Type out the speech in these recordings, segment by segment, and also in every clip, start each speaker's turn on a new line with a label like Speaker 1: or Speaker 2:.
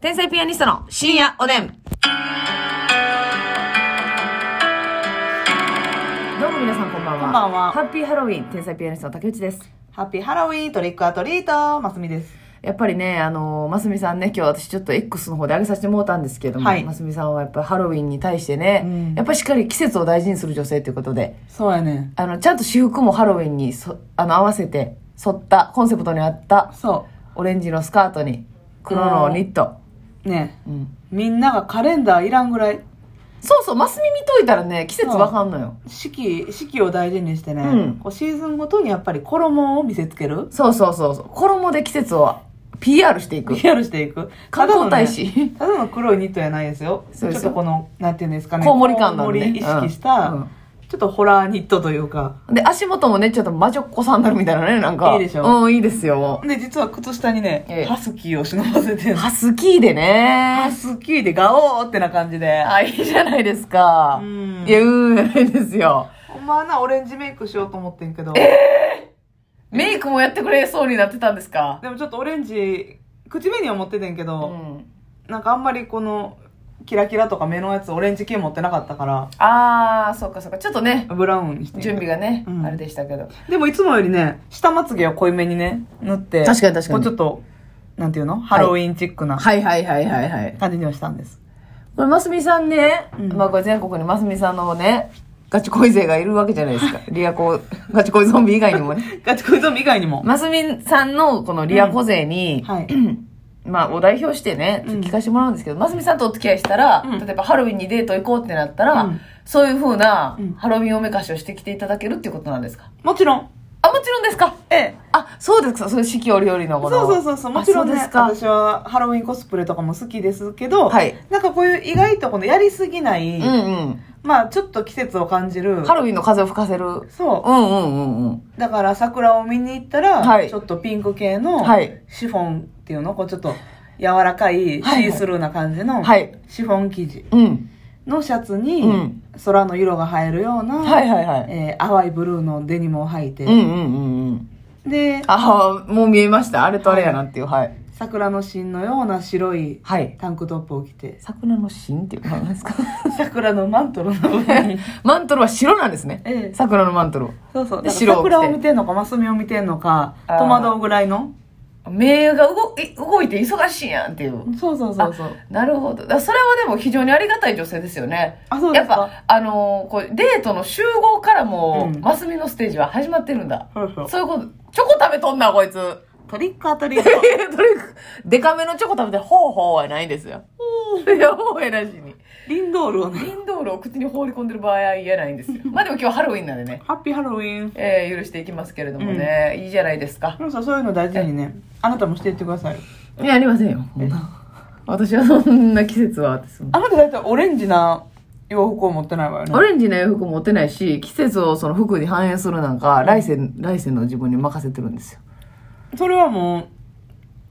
Speaker 1: 天才ピアニストの深夜おでん。どうも皆さんこんばんは。
Speaker 2: こんばんは
Speaker 1: ハッピーハロウィン、天才ピアニストの竹内です。
Speaker 2: ハッピーハロウィントリックアトリートますみです。
Speaker 1: やっぱりね、あの、ますみさんね、今日私ちょっと X の方で上げさせてもらったんですけども、
Speaker 2: はい
Speaker 1: ますみさんはやっぱりハロウィンに対してね、
Speaker 2: うん
Speaker 1: やっぱりしっかり季節を大事にする女性ということで、
Speaker 2: そうやね。
Speaker 1: あの、ちゃんと私服もハロウィンにそあの合わせて、沿った、コンセプトに合った、
Speaker 2: そ
Speaker 1: オレンジのスカートに、黒のニット。
Speaker 2: う。ね
Speaker 1: うん
Speaker 2: みんながカレンダーいらんぐらい、
Speaker 1: そうそう、マスミ見といたらね、季節わかんのよ。
Speaker 2: 四季、四季を大事にしてね、
Speaker 1: うん
Speaker 2: こうシーズンごとにやっぱり衣を見せつける。
Speaker 1: そうそうそうそう。衣で季節を PR していく。
Speaker 2: PR していく。
Speaker 1: 観光大使
Speaker 2: ただのねただの黒いニットじゃないですよ。
Speaker 1: そうです
Speaker 2: ちょっとこの、なんていうんですかね。
Speaker 1: コウモリ感なんで
Speaker 2: コウモリ意識した、
Speaker 1: うんうん
Speaker 2: ちょっとホラーニットというか。
Speaker 1: で、足元もね、ちょっと魔女っ子サンダルみたいなね、なんか。
Speaker 2: いいでしょ
Speaker 1: うん、いいですよ。
Speaker 2: で、実は靴下にね、
Speaker 1: ええ
Speaker 2: ハスキーを忍ばせて る。
Speaker 1: ハスキーで
Speaker 2: ハ
Speaker 1: ね。
Speaker 2: スキーでガオーってな感じで。
Speaker 1: あ、いいじゃないですか。
Speaker 2: うん
Speaker 1: いや、うん、じゃないですよ。
Speaker 2: ほんまはな、オレンジメイクしようと思ってんけど。
Speaker 1: メイクもやってくれそうになってたんですか
Speaker 2: でもちょっとオレンジ、口紅は持っててんけ
Speaker 1: う
Speaker 2: ど、
Speaker 1: ん。
Speaker 2: なんかあんまりこの、キラキラとか目のやつオレンジ系持ってなかったから、
Speaker 1: あー、そっかそっか。ちょっとね、
Speaker 2: ブラウンにしてん
Speaker 1: 準備がね、
Speaker 2: うん
Speaker 1: あれでしたけど。
Speaker 2: でもいつもよりね、下まつげを濃いめにね、塗って、
Speaker 1: 確かに確かに
Speaker 2: こうちょっと、なんていうのハロウィンチックな
Speaker 1: はいはいはいはいはい。
Speaker 2: 感じにはしたんです。
Speaker 1: これ、ますみさんね、
Speaker 2: うん
Speaker 1: まあこれ全国にますみさんのね、ガチ恋勢がいるわけじゃないですか。リアコ、ガチ恋ゾンビ以外にもね。
Speaker 2: ガチ恋ゾンビ以外にも。
Speaker 1: マスミンさんのこのリアコ勢に、
Speaker 2: はい。
Speaker 1: まあお代表してね、ちょっと聞かせてもらうんですけど、マスミさんとお付き合いしたら、
Speaker 2: うん
Speaker 1: 例えばハロウィンにデート行こうってなったら、
Speaker 2: うん
Speaker 1: そういう風な
Speaker 2: うん
Speaker 1: ハロウィンおめかしをしてきていただけるっていうことなんですか
Speaker 2: もちろん。
Speaker 1: あ、もちろんですか
Speaker 2: ええ。
Speaker 1: あ、そうですか、そういう四季折々の
Speaker 2: そ
Speaker 1: こ
Speaker 2: う
Speaker 1: の。
Speaker 2: そうそうそう、もちろん
Speaker 1: あ
Speaker 2: ね、
Speaker 1: そうです
Speaker 2: 私はハロウィンコスプレとかも好きですけど、
Speaker 1: か。はい。
Speaker 2: なんかこういう意外とこのやりすぎない、
Speaker 1: うんうん。
Speaker 2: まあちょっと季節を感じる。
Speaker 1: ハロウィンの風を吹かせる。うん
Speaker 2: そう。
Speaker 1: うんうんうん。
Speaker 2: だから桜を見に行ったら、
Speaker 1: はい
Speaker 2: ちょっとピンク系の
Speaker 1: はい
Speaker 2: シフォンっていうの、こうちょっと柔らかいシ
Speaker 1: はいはい
Speaker 2: ースルーな感じの
Speaker 1: はい
Speaker 2: シフォン生地
Speaker 1: うん。
Speaker 2: のシャツ
Speaker 1: う
Speaker 2: に
Speaker 1: ん
Speaker 2: 空の色が映えるような、
Speaker 1: はいはいはい。
Speaker 2: えー淡いブルーのデニムを履いて、
Speaker 1: うんうんうんうん。
Speaker 2: で
Speaker 1: ああ、もう見えました。あれとあれやなっていう、はい。
Speaker 2: 桜の芯のような白い
Speaker 1: はい。
Speaker 2: タンクトップを着 て
Speaker 1: 桜の芯っていうのは何ですか
Speaker 2: 桜のマントルの上 に
Speaker 1: マントルは白なんですね。
Speaker 2: ええ
Speaker 1: 桜のマントルを。
Speaker 2: そうそ
Speaker 1: で
Speaker 2: うだから
Speaker 1: 白を着て
Speaker 2: 桜を見てんのかマスミを見てんのか
Speaker 1: あー
Speaker 2: 戸惑うぐらいの
Speaker 1: 目が動い動いて忙しいやんっていう。
Speaker 2: そうそうそうそう
Speaker 1: なるほど。だそれはでも非常にありがたい女性ですよね。
Speaker 2: あそうで
Speaker 1: やっ
Speaker 2: すか
Speaker 1: ぱ、あのーこう、デートの集合からも
Speaker 2: う
Speaker 1: う、
Speaker 2: ん
Speaker 1: マスミのステージは始まってるんだ。
Speaker 2: そうそう
Speaker 1: そういうこと、チョコ食べとんな、こ いつ。
Speaker 2: トリックアトリ ート
Speaker 1: とにかく、デカめのチョコ食べて、ほうほうはないんですよ。いや、ほうやなしに。
Speaker 2: リンドールをね
Speaker 1: インドールを口に放り込んでる場合は言えないんですよ。まあでも今日ハロウィンなんでね、
Speaker 2: ハッピーハロウィン。
Speaker 1: えー許していきますけれどもね、いいじゃないですか。
Speaker 2: 皆さんそういうの大事にね、あなたもしていってください。
Speaker 1: いや、ありませんよ。私はそんな季節は、私も
Speaker 2: あなた大体オレンジな洋服を持ってないわよね。
Speaker 1: オレンジの洋服持ってないし、季節をその服に反映するなんか、来世、来世の自分に任せてるんですよ。
Speaker 2: それはもう、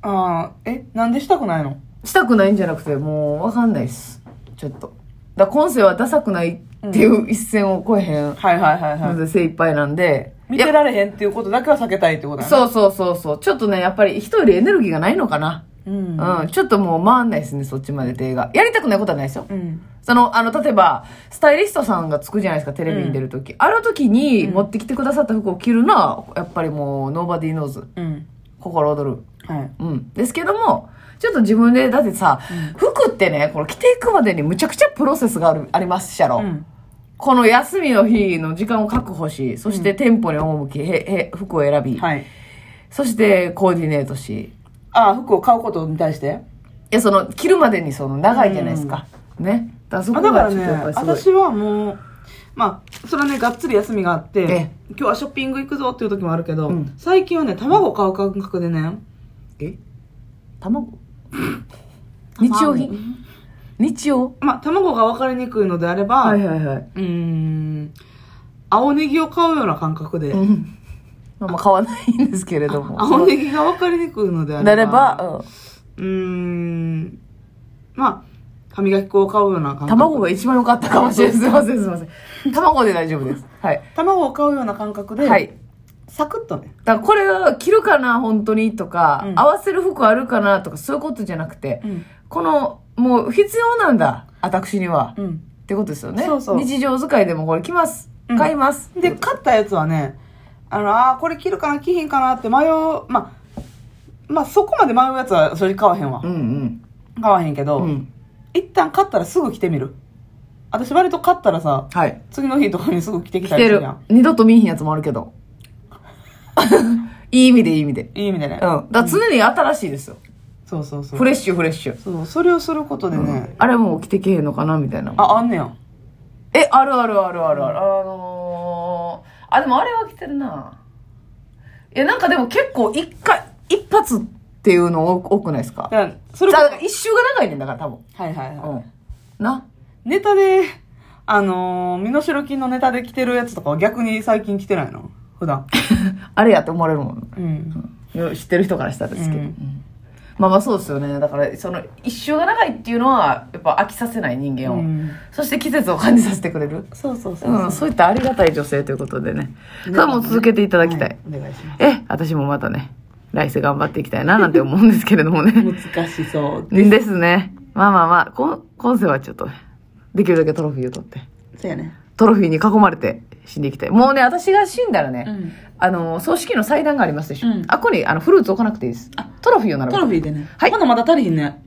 Speaker 2: ああ、え、なんでしたくないの
Speaker 1: したくないんじゃなくて、もうわかんないっす。ちょっと。だから今世はダサくないっていう一線を越えへん
Speaker 2: はいはいはいは
Speaker 1: の
Speaker 2: い。
Speaker 1: で精一杯なんで。
Speaker 2: 見
Speaker 1: いや
Speaker 2: てられへんっていうことだけは避けたいってことだね。
Speaker 1: そうそうそうそう。ちょっとね、やっぱり人よりエネルギーがないのかな。
Speaker 2: う。うん。
Speaker 1: うん、ちょっともう回んないですね、そっちまで手が。やりたくないことはないですよ。
Speaker 2: うん。
Speaker 1: その、あの、例えば、スタイリストさんがつくじゃないですか、テレビに出るとき。あの時に持ってきてくださった服を着るのは、やっぱりもう、ノーバディーノーズ。
Speaker 2: うん。
Speaker 1: 心躍る。
Speaker 2: はい。
Speaker 1: うん。ですけども、ちょっと自分で、だってさ、服ってね、この着ていくまでにむちゃくちゃプロセスがある、ありますしゃろ。
Speaker 2: うん。
Speaker 1: この休みの日の時間を確保し、そして店舗に赴き、へ、へ、服を選び、
Speaker 2: はい。
Speaker 1: そしてコーディネートし、
Speaker 2: ああ、服を買うことに対して
Speaker 1: いや、その、着るまでにその、長いじゃないですか。ね。だからそ
Speaker 2: あ
Speaker 1: こ
Speaker 2: だか
Speaker 1: が
Speaker 2: ら
Speaker 1: ちょ
Speaker 2: ね
Speaker 1: っとやっぱり、すごい。
Speaker 2: 私はもう、まあ、それはね、がっつり休みがあっ
Speaker 1: え
Speaker 2: て
Speaker 1: え、
Speaker 2: 今日はショッピング行くぞっていう時もあるけど、
Speaker 1: うん
Speaker 2: 最近はね、卵買う感覚でね、
Speaker 1: え 卵日用品日用
Speaker 2: まあ、卵が分かりにくいのであれば、
Speaker 1: はいはいはい。
Speaker 2: うーん、青ネギを買うような感覚で、
Speaker 1: うん。まあまあ買わないんですけれども。
Speaker 2: 青ネギが分かりにくいのであれ
Speaker 1: な
Speaker 2: ば、
Speaker 1: れば、
Speaker 2: うーん、まあ、歯磨き粉を買うような感
Speaker 1: うん
Speaker 2: 覚。
Speaker 1: 卵が一番良かったかもしれない。すいませんすいません。卵で大丈夫です。はい。
Speaker 2: 卵を買うような感覚で、
Speaker 1: はい。
Speaker 2: サクッとね。
Speaker 1: だからこれは着るかな本当にとか、
Speaker 2: うん
Speaker 1: 合わせる服あるかなとかそういうことじゃなくて、
Speaker 2: うん。
Speaker 1: このもう必要なんだ私には、
Speaker 2: うん。
Speaker 1: ってことですよね
Speaker 2: そうそう
Speaker 1: 日常使いでもこれ着ます
Speaker 2: うん
Speaker 1: 買います、
Speaker 2: で、買ったやつはね、あの、あーこれ着るかな、着ひんかなって迷う、まあ、まあ、そこまで迷うやつは正直買わへんわ
Speaker 1: う。ん
Speaker 2: 買わへんけど、
Speaker 1: うんうん
Speaker 2: 一旦買ったらすぐ着てみる。私割と買ったらさ、
Speaker 1: はい
Speaker 2: 次の日とかにすぐ着てき
Speaker 1: 着
Speaker 2: たり
Speaker 1: て
Speaker 2: する
Speaker 1: る
Speaker 2: やん。
Speaker 1: 二度と見えひんやつもあるけど いい意味でいい意味で
Speaker 2: いい意味でね
Speaker 1: うん。だから常に新しいですよ、
Speaker 2: そうそうそう
Speaker 1: フ。レッシュフレッシュ、
Speaker 2: そう、それをすることでね、
Speaker 1: あれもう着てけへんのかなみたいな
Speaker 2: あ、あんねや。
Speaker 1: えあるあるあるあるあるあのー、あでもあれは着てるないやなんかでも結構一回一発っていうの多多くないですか
Speaker 2: だからそ
Speaker 1: だ
Speaker 2: れこ
Speaker 1: から一周が長いねんだから多分
Speaker 2: そ、はいはいはい。
Speaker 1: うんな
Speaker 2: ネタで、あのー、身代金のネタで着てるやつとかは逆に最近着てないの普段。
Speaker 1: あれやって思われるもん
Speaker 2: うん。
Speaker 1: よ知ってる人からしたらですけど、
Speaker 2: うん
Speaker 1: うんまあまあそうですよねだからその一周が長いっていうのはやっぱ飽きさせない人間を、
Speaker 2: うん
Speaker 1: そして季節を感じさせてくれる
Speaker 2: そうそうそう。
Speaker 1: うん、そういったありがたい女性ということでね。それはもう続けていただきたい。
Speaker 2: はお願いしま
Speaker 1: え、私もまたね、来世頑張っていきたいななんて思うんですけれどもね。
Speaker 2: す。難しそう。
Speaker 1: ですね。まあまあまあ、こん今世はちょっと、できるだけトロフィーを取って、
Speaker 2: そうやね。
Speaker 1: トロフィーに囲まれて死んでいきたい。もうね、私が死んだらね、
Speaker 2: ん。
Speaker 1: あの、葬式の祭壇がありますでしょ。
Speaker 2: うん
Speaker 1: あ、ここにあのフルーツ置かなくていいです。トロフィーを並べ
Speaker 2: ト
Speaker 1: る。
Speaker 2: ロフィーでね。
Speaker 1: はい
Speaker 2: まだまだ足りひんね。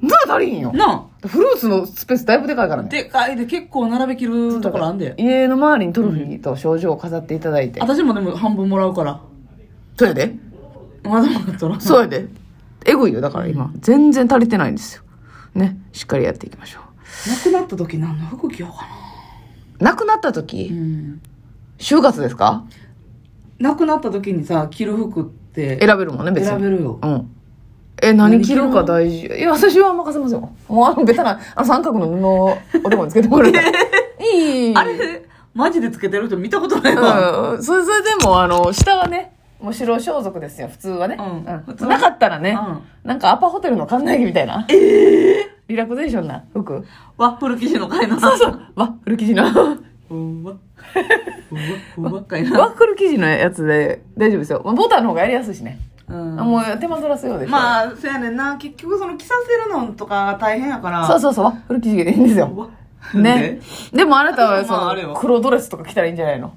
Speaker 1: まあ足りひんよ。
Speaker 2: な
Speaker 1: フルーツのスペースだいぶでかいから
Speaker 2: あ。
Speaker 1: ね。
Speaker 2: でかいで結構並べきるところあんで。
Speaker 1: 家の周りにトロフィーと症状を飾っていただいて。
Speaker 2: 私もでも半分もらうから。
Speaker 1: そうやで。
Speaker 2: まだまだ取らん。
Speaker 1: そうやで。えぐいよ、だから今。全然足りてないんですよ。ね。しっかりやっていきましょ
Speaker 2: なくなった時何の服着ようか
Speaker 1: う。
Speaker 2: な。
Speaker 1: 亡くなった時、
Speaker 2: うん。
Speaker 1: 就活ですか
Speaker 2: なくなった時にさ、着る服って
Speaker 1: 選べるもんね、別に。
Speaker 2: 選べるよ。
Speaker 1: うん。え、何着るか
Speaker 2: 何着るの
Speaker 1: 大事。いや、私は任せますよ。もう、あの、ベタな、あの、三角の布をおでこにつけてもらえ たらいい。
Speaker 2: あれ、マジでつけてる人見たことないわ。
Speaker 1: うん。それ、それでも、あの、下はね、もう白装束ですよ、普通はね。
Speaker 2: うん普通は
Speaker 1: なかったらね、
Speaker 2: う
Speaker 1: なんかアパホテルの館内着みたいな。ええリラクゼーションな服。
Speaker 2: ワッフル生地の貝の
Speaker 1: そうそう。ワッフル生地 の。
Speaker 2: うわ。うわ、うわ、貝
Speaker 1: ワ
Speaker 2: な。
Speaker 1: ッフル生地のやつで大丈夫ですよ。ボタンの方がやりやすいしね。
Speaker 2: うん
Speaker 1: もう手間取らせようでしょ。あ、
Speaker 2: まあ、そやねんな。結局その着させるのとかが大変やから。
Speaker 1: そうそうそう、ワッフル生地でいいんですよ。
Speaker 2: わ
Speaker 1: ね。でもあなたは
Speaker 2: まああ
Speaker 1: そ
Speaker 2: れよ
Speaker 1: の黒ドレスとか着たらいいんじゃないの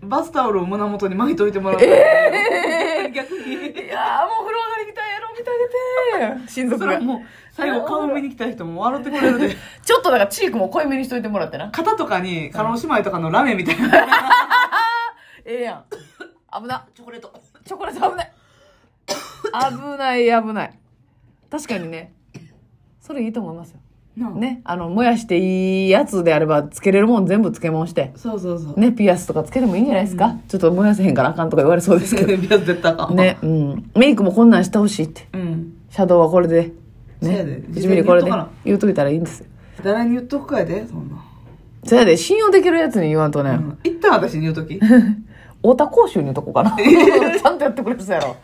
Speaker 2: でバスタオルを胸元に巻いといてもらう。逆
Speaker 1: い
Speaker 2: に。
Speaker 1: やーもう風呂上がりみたいやろ見てあげて親
Speaker 2: そ
Speaker 1: 族
Speaker 2: れ
Speaker 1: が
Speaker 2: はもう、最後顔見に来た人も笑ってくれる で。
Speaker 1: ちょっとだからチークも濃いめにしといてもらってな
Speaker 2: 肩とかに、カノ姉妹とかのラメみたいな。
Speaker 1: ええやん危な
Speaker 2: チョコレート。
Speaker 1: チョコレート危ない危ない危ない確かにねそれいいと思いますよ
Speaker 2: ね。
Speaker 1: ねあの燃やしていいやつであればつけれるもん全部漬け物して
Speaker 2: そうそう そう。
Speaker 1: ねピアスとかつけてもいいんじゃないですか、ちょっと燃やせへんからあかんとか言われそうですけ
Speaker 2: ビ
Speaker 1: ど
Speaker 2: アス絶対あか ん。
Speaker 1: ねうんメイクもこんなんしてほしいって
Speaker 2: うん。
Speaker 1: シャドウはこれで
Speaker 2: そうやで
Speaker 1: ね唇これで
Speaker 2: 事前に言っとかな
Speaker 1: 言うといたらいいんですよ
Speaker 2: 誰に言っとくかやで、そんな。
Speaker 1: そやで、信用できるやつに言わんとね、
Speaker 2: うん一旦私に言うとき。
Speaker 1: 太田講習にとこか な。 ちゃんとやってくれてたやろ。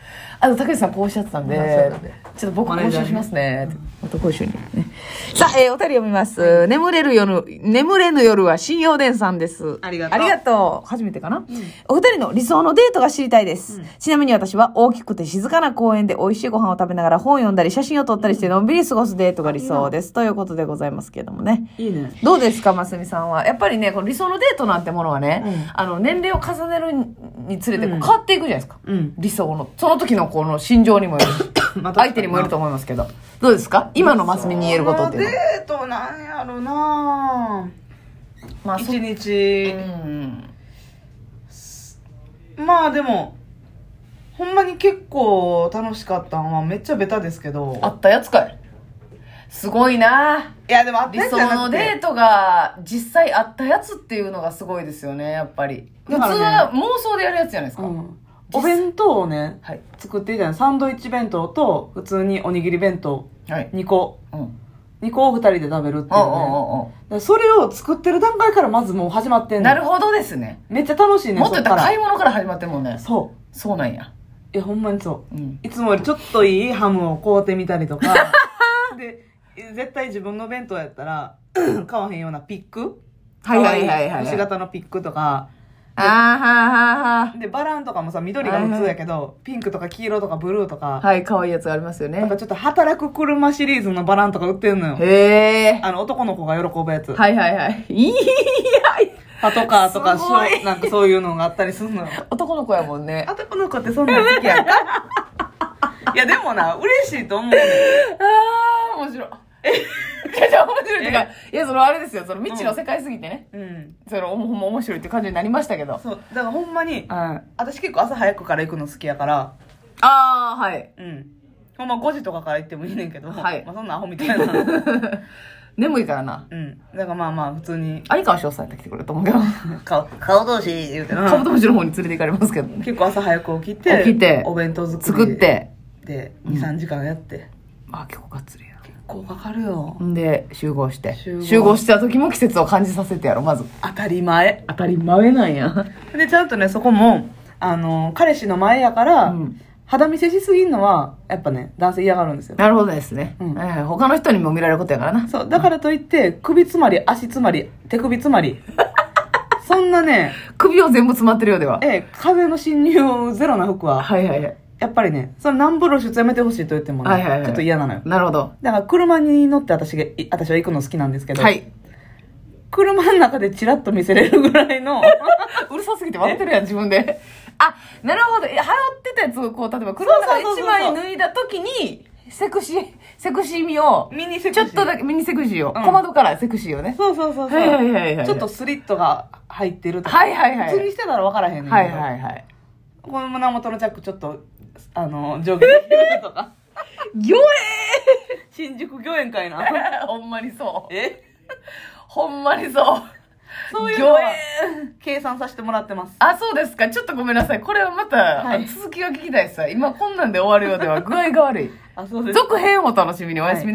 Speaker 1: あと、竹内さんこうおっしゃってたんで、
Speaker 2: あそうだね
Speaker 1: ちょっと僕
Speaker 2: マネー
Speaker 1: 講
Speaker 2: ジャ
Speaker 1: 習
Speaker 2: ーに
Speaker 1: しますね。太田講習に、ね。さあ、えーお便り読みます。眠れる夜、眠れぬ夜は信用伝さんです。
Speaker 2: ありがとう
Speaker 1: ありがとう。初めてかな、お二人の理想のデートが知りたいです、ちなみに私は大きくて静かな公園で美味しいご飯を食べながら本読んだり写真を撮ったりしてのんびり過ごすデートが理想です。ということでご ざいますけれどもね。
Speaker 2: いいね。
Speaker 1: どうですか、ますみさんは。やっぱりね、この理想のデートなんてものはね、
Speaker 2: うん
Speaker 1: あの、年齢を重ねるにつれてこう
Speaker 2: う
Speaker 1: 変
Speaker 2: ん
Speaker 1: わっていくじゃないですか。
Speaker 2: うん。
Speaker 1: 理想の。その時のこの心情にもよるし
Speaker 2: まあ
Speaker 1: 相手にもよると思いますけど。どうですか今のますみに言えることっていうのは。
Speaker 2: デートなんやろな
Speaker 1: まあ、そ
Speaker 2: 一
Speaker 1: う。
Speaker 2: 日、
Speaker 1: ん。
Speaker 2: まあでもほんまに結構楽しかったんはめっちゃベタですけど
Speaker 1: あったやつかい。すごいない
Speaker 2: やでもあった
Speaker 1: 理
Speaker 2: やつ
Speaker 1: 想
Speaker 2: じゃな
Speaker 1: の
Speaker 2: く
Speaker 1: デー
Speaker 2: て
Speaker 1: トが実際あったやつっていうのがすごいですよね、やっぱり。普
Speaker 2: だ
Speaker 1: 通
Speaker 2: からね
Speaker 1: は妄想でやるやつじゃないですか。
Speaker 2: うんお弁当をね
Speaker 1: はい。
Speaker 2: 作っていたのサンドイッチ弁当と普通におにぎり弁当
Speaker 1: はい。
Speaker 2: 2個
Speaker 1: うん。うん
Speaker 2: 2個を2人で食べるっていうう
Speaker 1: ん
Speaker 2: ね
Speaker 1: うん
Speaker 2: だからそれを作ってる段階からまずもう始まって
Speaker 1: うんん。
Speaker 2: ね
Speaker 1: なんるほどですね。
Speaker 2: めっちゃ楽しいね
Speaker 1: もっと言ったら買い
Speaker 2: い
Speaker 1: 物から始まってるもんね。
Speaker 2: そ
Speaker 1: そうなんや。
Speaker 2: ういやほんまにそう
Speaker 1: うん。
Speaker 2: いつもよりちょっといいハムを買うてみたりと か。で、絶対自分の弁当 やったら、買わへんようなピック
Speaker 1: はいはいはいはい
Speaker 2: 可愛星型のピックとか、
Speaker 1: あーはーはーは
Speaker 2: で、バランとかもさ、緑が普通やけど、ピンクとか黄色とかブルーと
Speaker 1: ー
Speaker 2: か、
Speaker 1: はい、可愛いやつがありますよ
Speaker 2: なん
Speaker 1: ね
Speaker 2: か。ちょっと働く車シリーズのバランとか売ってんのよ。
Speaker 1: へえ。
Speaker 2: あの、男の子が喜ぶやつ。
Speaker 1: はいはいはい。いや、
Speaker 2: パトカーとか、
Speaker 1: すごい
Speaker 2: そうなんかそういうのがあったりするのよ。
Speaker 1: 男の子やもんね。
Speaker 2: 男の子ってそんなん好きやんか いや、でもな、嬉しいと思うねん。
Speaker 1: あー、面白い。 え、じゃじゃ面白いってか、いや、そのあれですよ、その未知の世界すぎてね。
Speaker 2: うん。
Speaker 1: その、ほんま面白いって感じになりましたけど。はい。
Speaker 2: そう、だからほんまに、
Speaker 1: あ
Speaker 2: 私結構朝早くから行くの好きやから、
Speaker 1: あー、はい。
Speaker 2: うん。ほんま5時とかから行ってもいいねんけど、
Speaker 1: はい
Speaker 2: まあそんなアホみたい な。
Speaker 1: 眠いからな。
Speaker 2: うん。だからまあまあ、普通に、
Speaker 1: 相川翔さんやったら来てくれると思うけど、
Speaker 2: 顔、顔同士言うて
Speaker 1: カブ
Speaker 2: な。
Speaker 1: トムシの方に連れて行かれますけどね。
Speaker 2: 結構朝早く起きて、
Speaker 1: 起きて
Speaker 2: お弁当作り
Speaker 1: 作っ。て、
Speaker 2: で、2、3時間やって。
Speaker 1: あ、結構がっつりや
Speaker 2: 結構かかるよ
Speaker 1: な。。んで、集合して。
Speaker 2: 集合
Speaker 1: 集合した時も季節を感じさせてやろ、まず。
Speaker 2: 当たり前。
Speaker 1: 当たり前なんや。
Speaker 2: で、ちゃんとね、そこも、あの、彼氏の前やから、
Speaker 1: うん
Speaker 2: 肌見せしすぎんのは、やっぱね、男性嫌がるんですよ。
Speaker 1: なるほどですね。
Speaker 2: うん
Speaker 1: はいはい他の人にも見られることやからな。
Speaker 2: そう、だからといって、首つまり、足つまり、手首つ まり。そんなね、
Speaker 1: 首を全部詰まってるようでは。
Speaker 2: ええ、風の侵入ゼロな服は、
Speaker 1: はいはいはい。
Speaker 2: やっぱりね、その南部露出やめてほしいと言ってもね、
Speaker 1: はいはいはい
Speaker 2: ちょっと嫌なのよ。
Speaker 1: なるほど。
Speaker 2: だから車に乗って私が、い私は行くの好きなんですけど、
Speaker 1: はい。
Speaker 2: 車の中でチラッと見せれるぐらいの、
Speaker 1: うるさすぎて笑ってるやん、自分で。あ、なるほど。え羽織ってたやつをこう、例えば、黒の中で
Speaker 2: そうそ
Speaker 1: 一
Speaker 2: うそうそう
Speaker 1: 枚脱いだ時に、セクシー、セクシー味を、
Speaker 2: ミニセク
Speaker 1: ち
Speaker 2: シ
Speaker 1: ょ
Speaker 2: ー。
Speaker 1: っとだ
Speaker 2: け。
Speaker 1: け、ミニセクシーを、
Speaker 2: うん
Speaker 1: 小窓からセクシーをね。
Speaker 2: そうそうそうそう、
Speaker 1: はいはいはいはい
Speaker 2: ちょっとスリットが入ってるとか。
Speaker 1: はいはいはい
Speaker 2: 普通にしてたら分からへんねんけど
Speaker 1: はいはいはい。
Speaker 2: この胸元のチャックちょっと、あの、上下できるとか。
Speaker 1: 魚影
Speaker 2: 新宿御苑か いな。
Speaker 1: ほんまにそう。
Speaker 2: え
Speaker 1: ほんまにそう。
Speaker 2: そういうのは
Speaker 1: 魚
Speaker 2: 計算させてもらってます。
Speaker 1: あ、そうですか。ちょっとごめんなさい。これはまた、
Speaker 2: はい
Speaker 1: 続きが聞きたいです。今こんなんで終わるようでは具合が悪い。
Speaker 2: あ、そうです。
Speaker 1: 続編をお楽しみにおやすみなさい。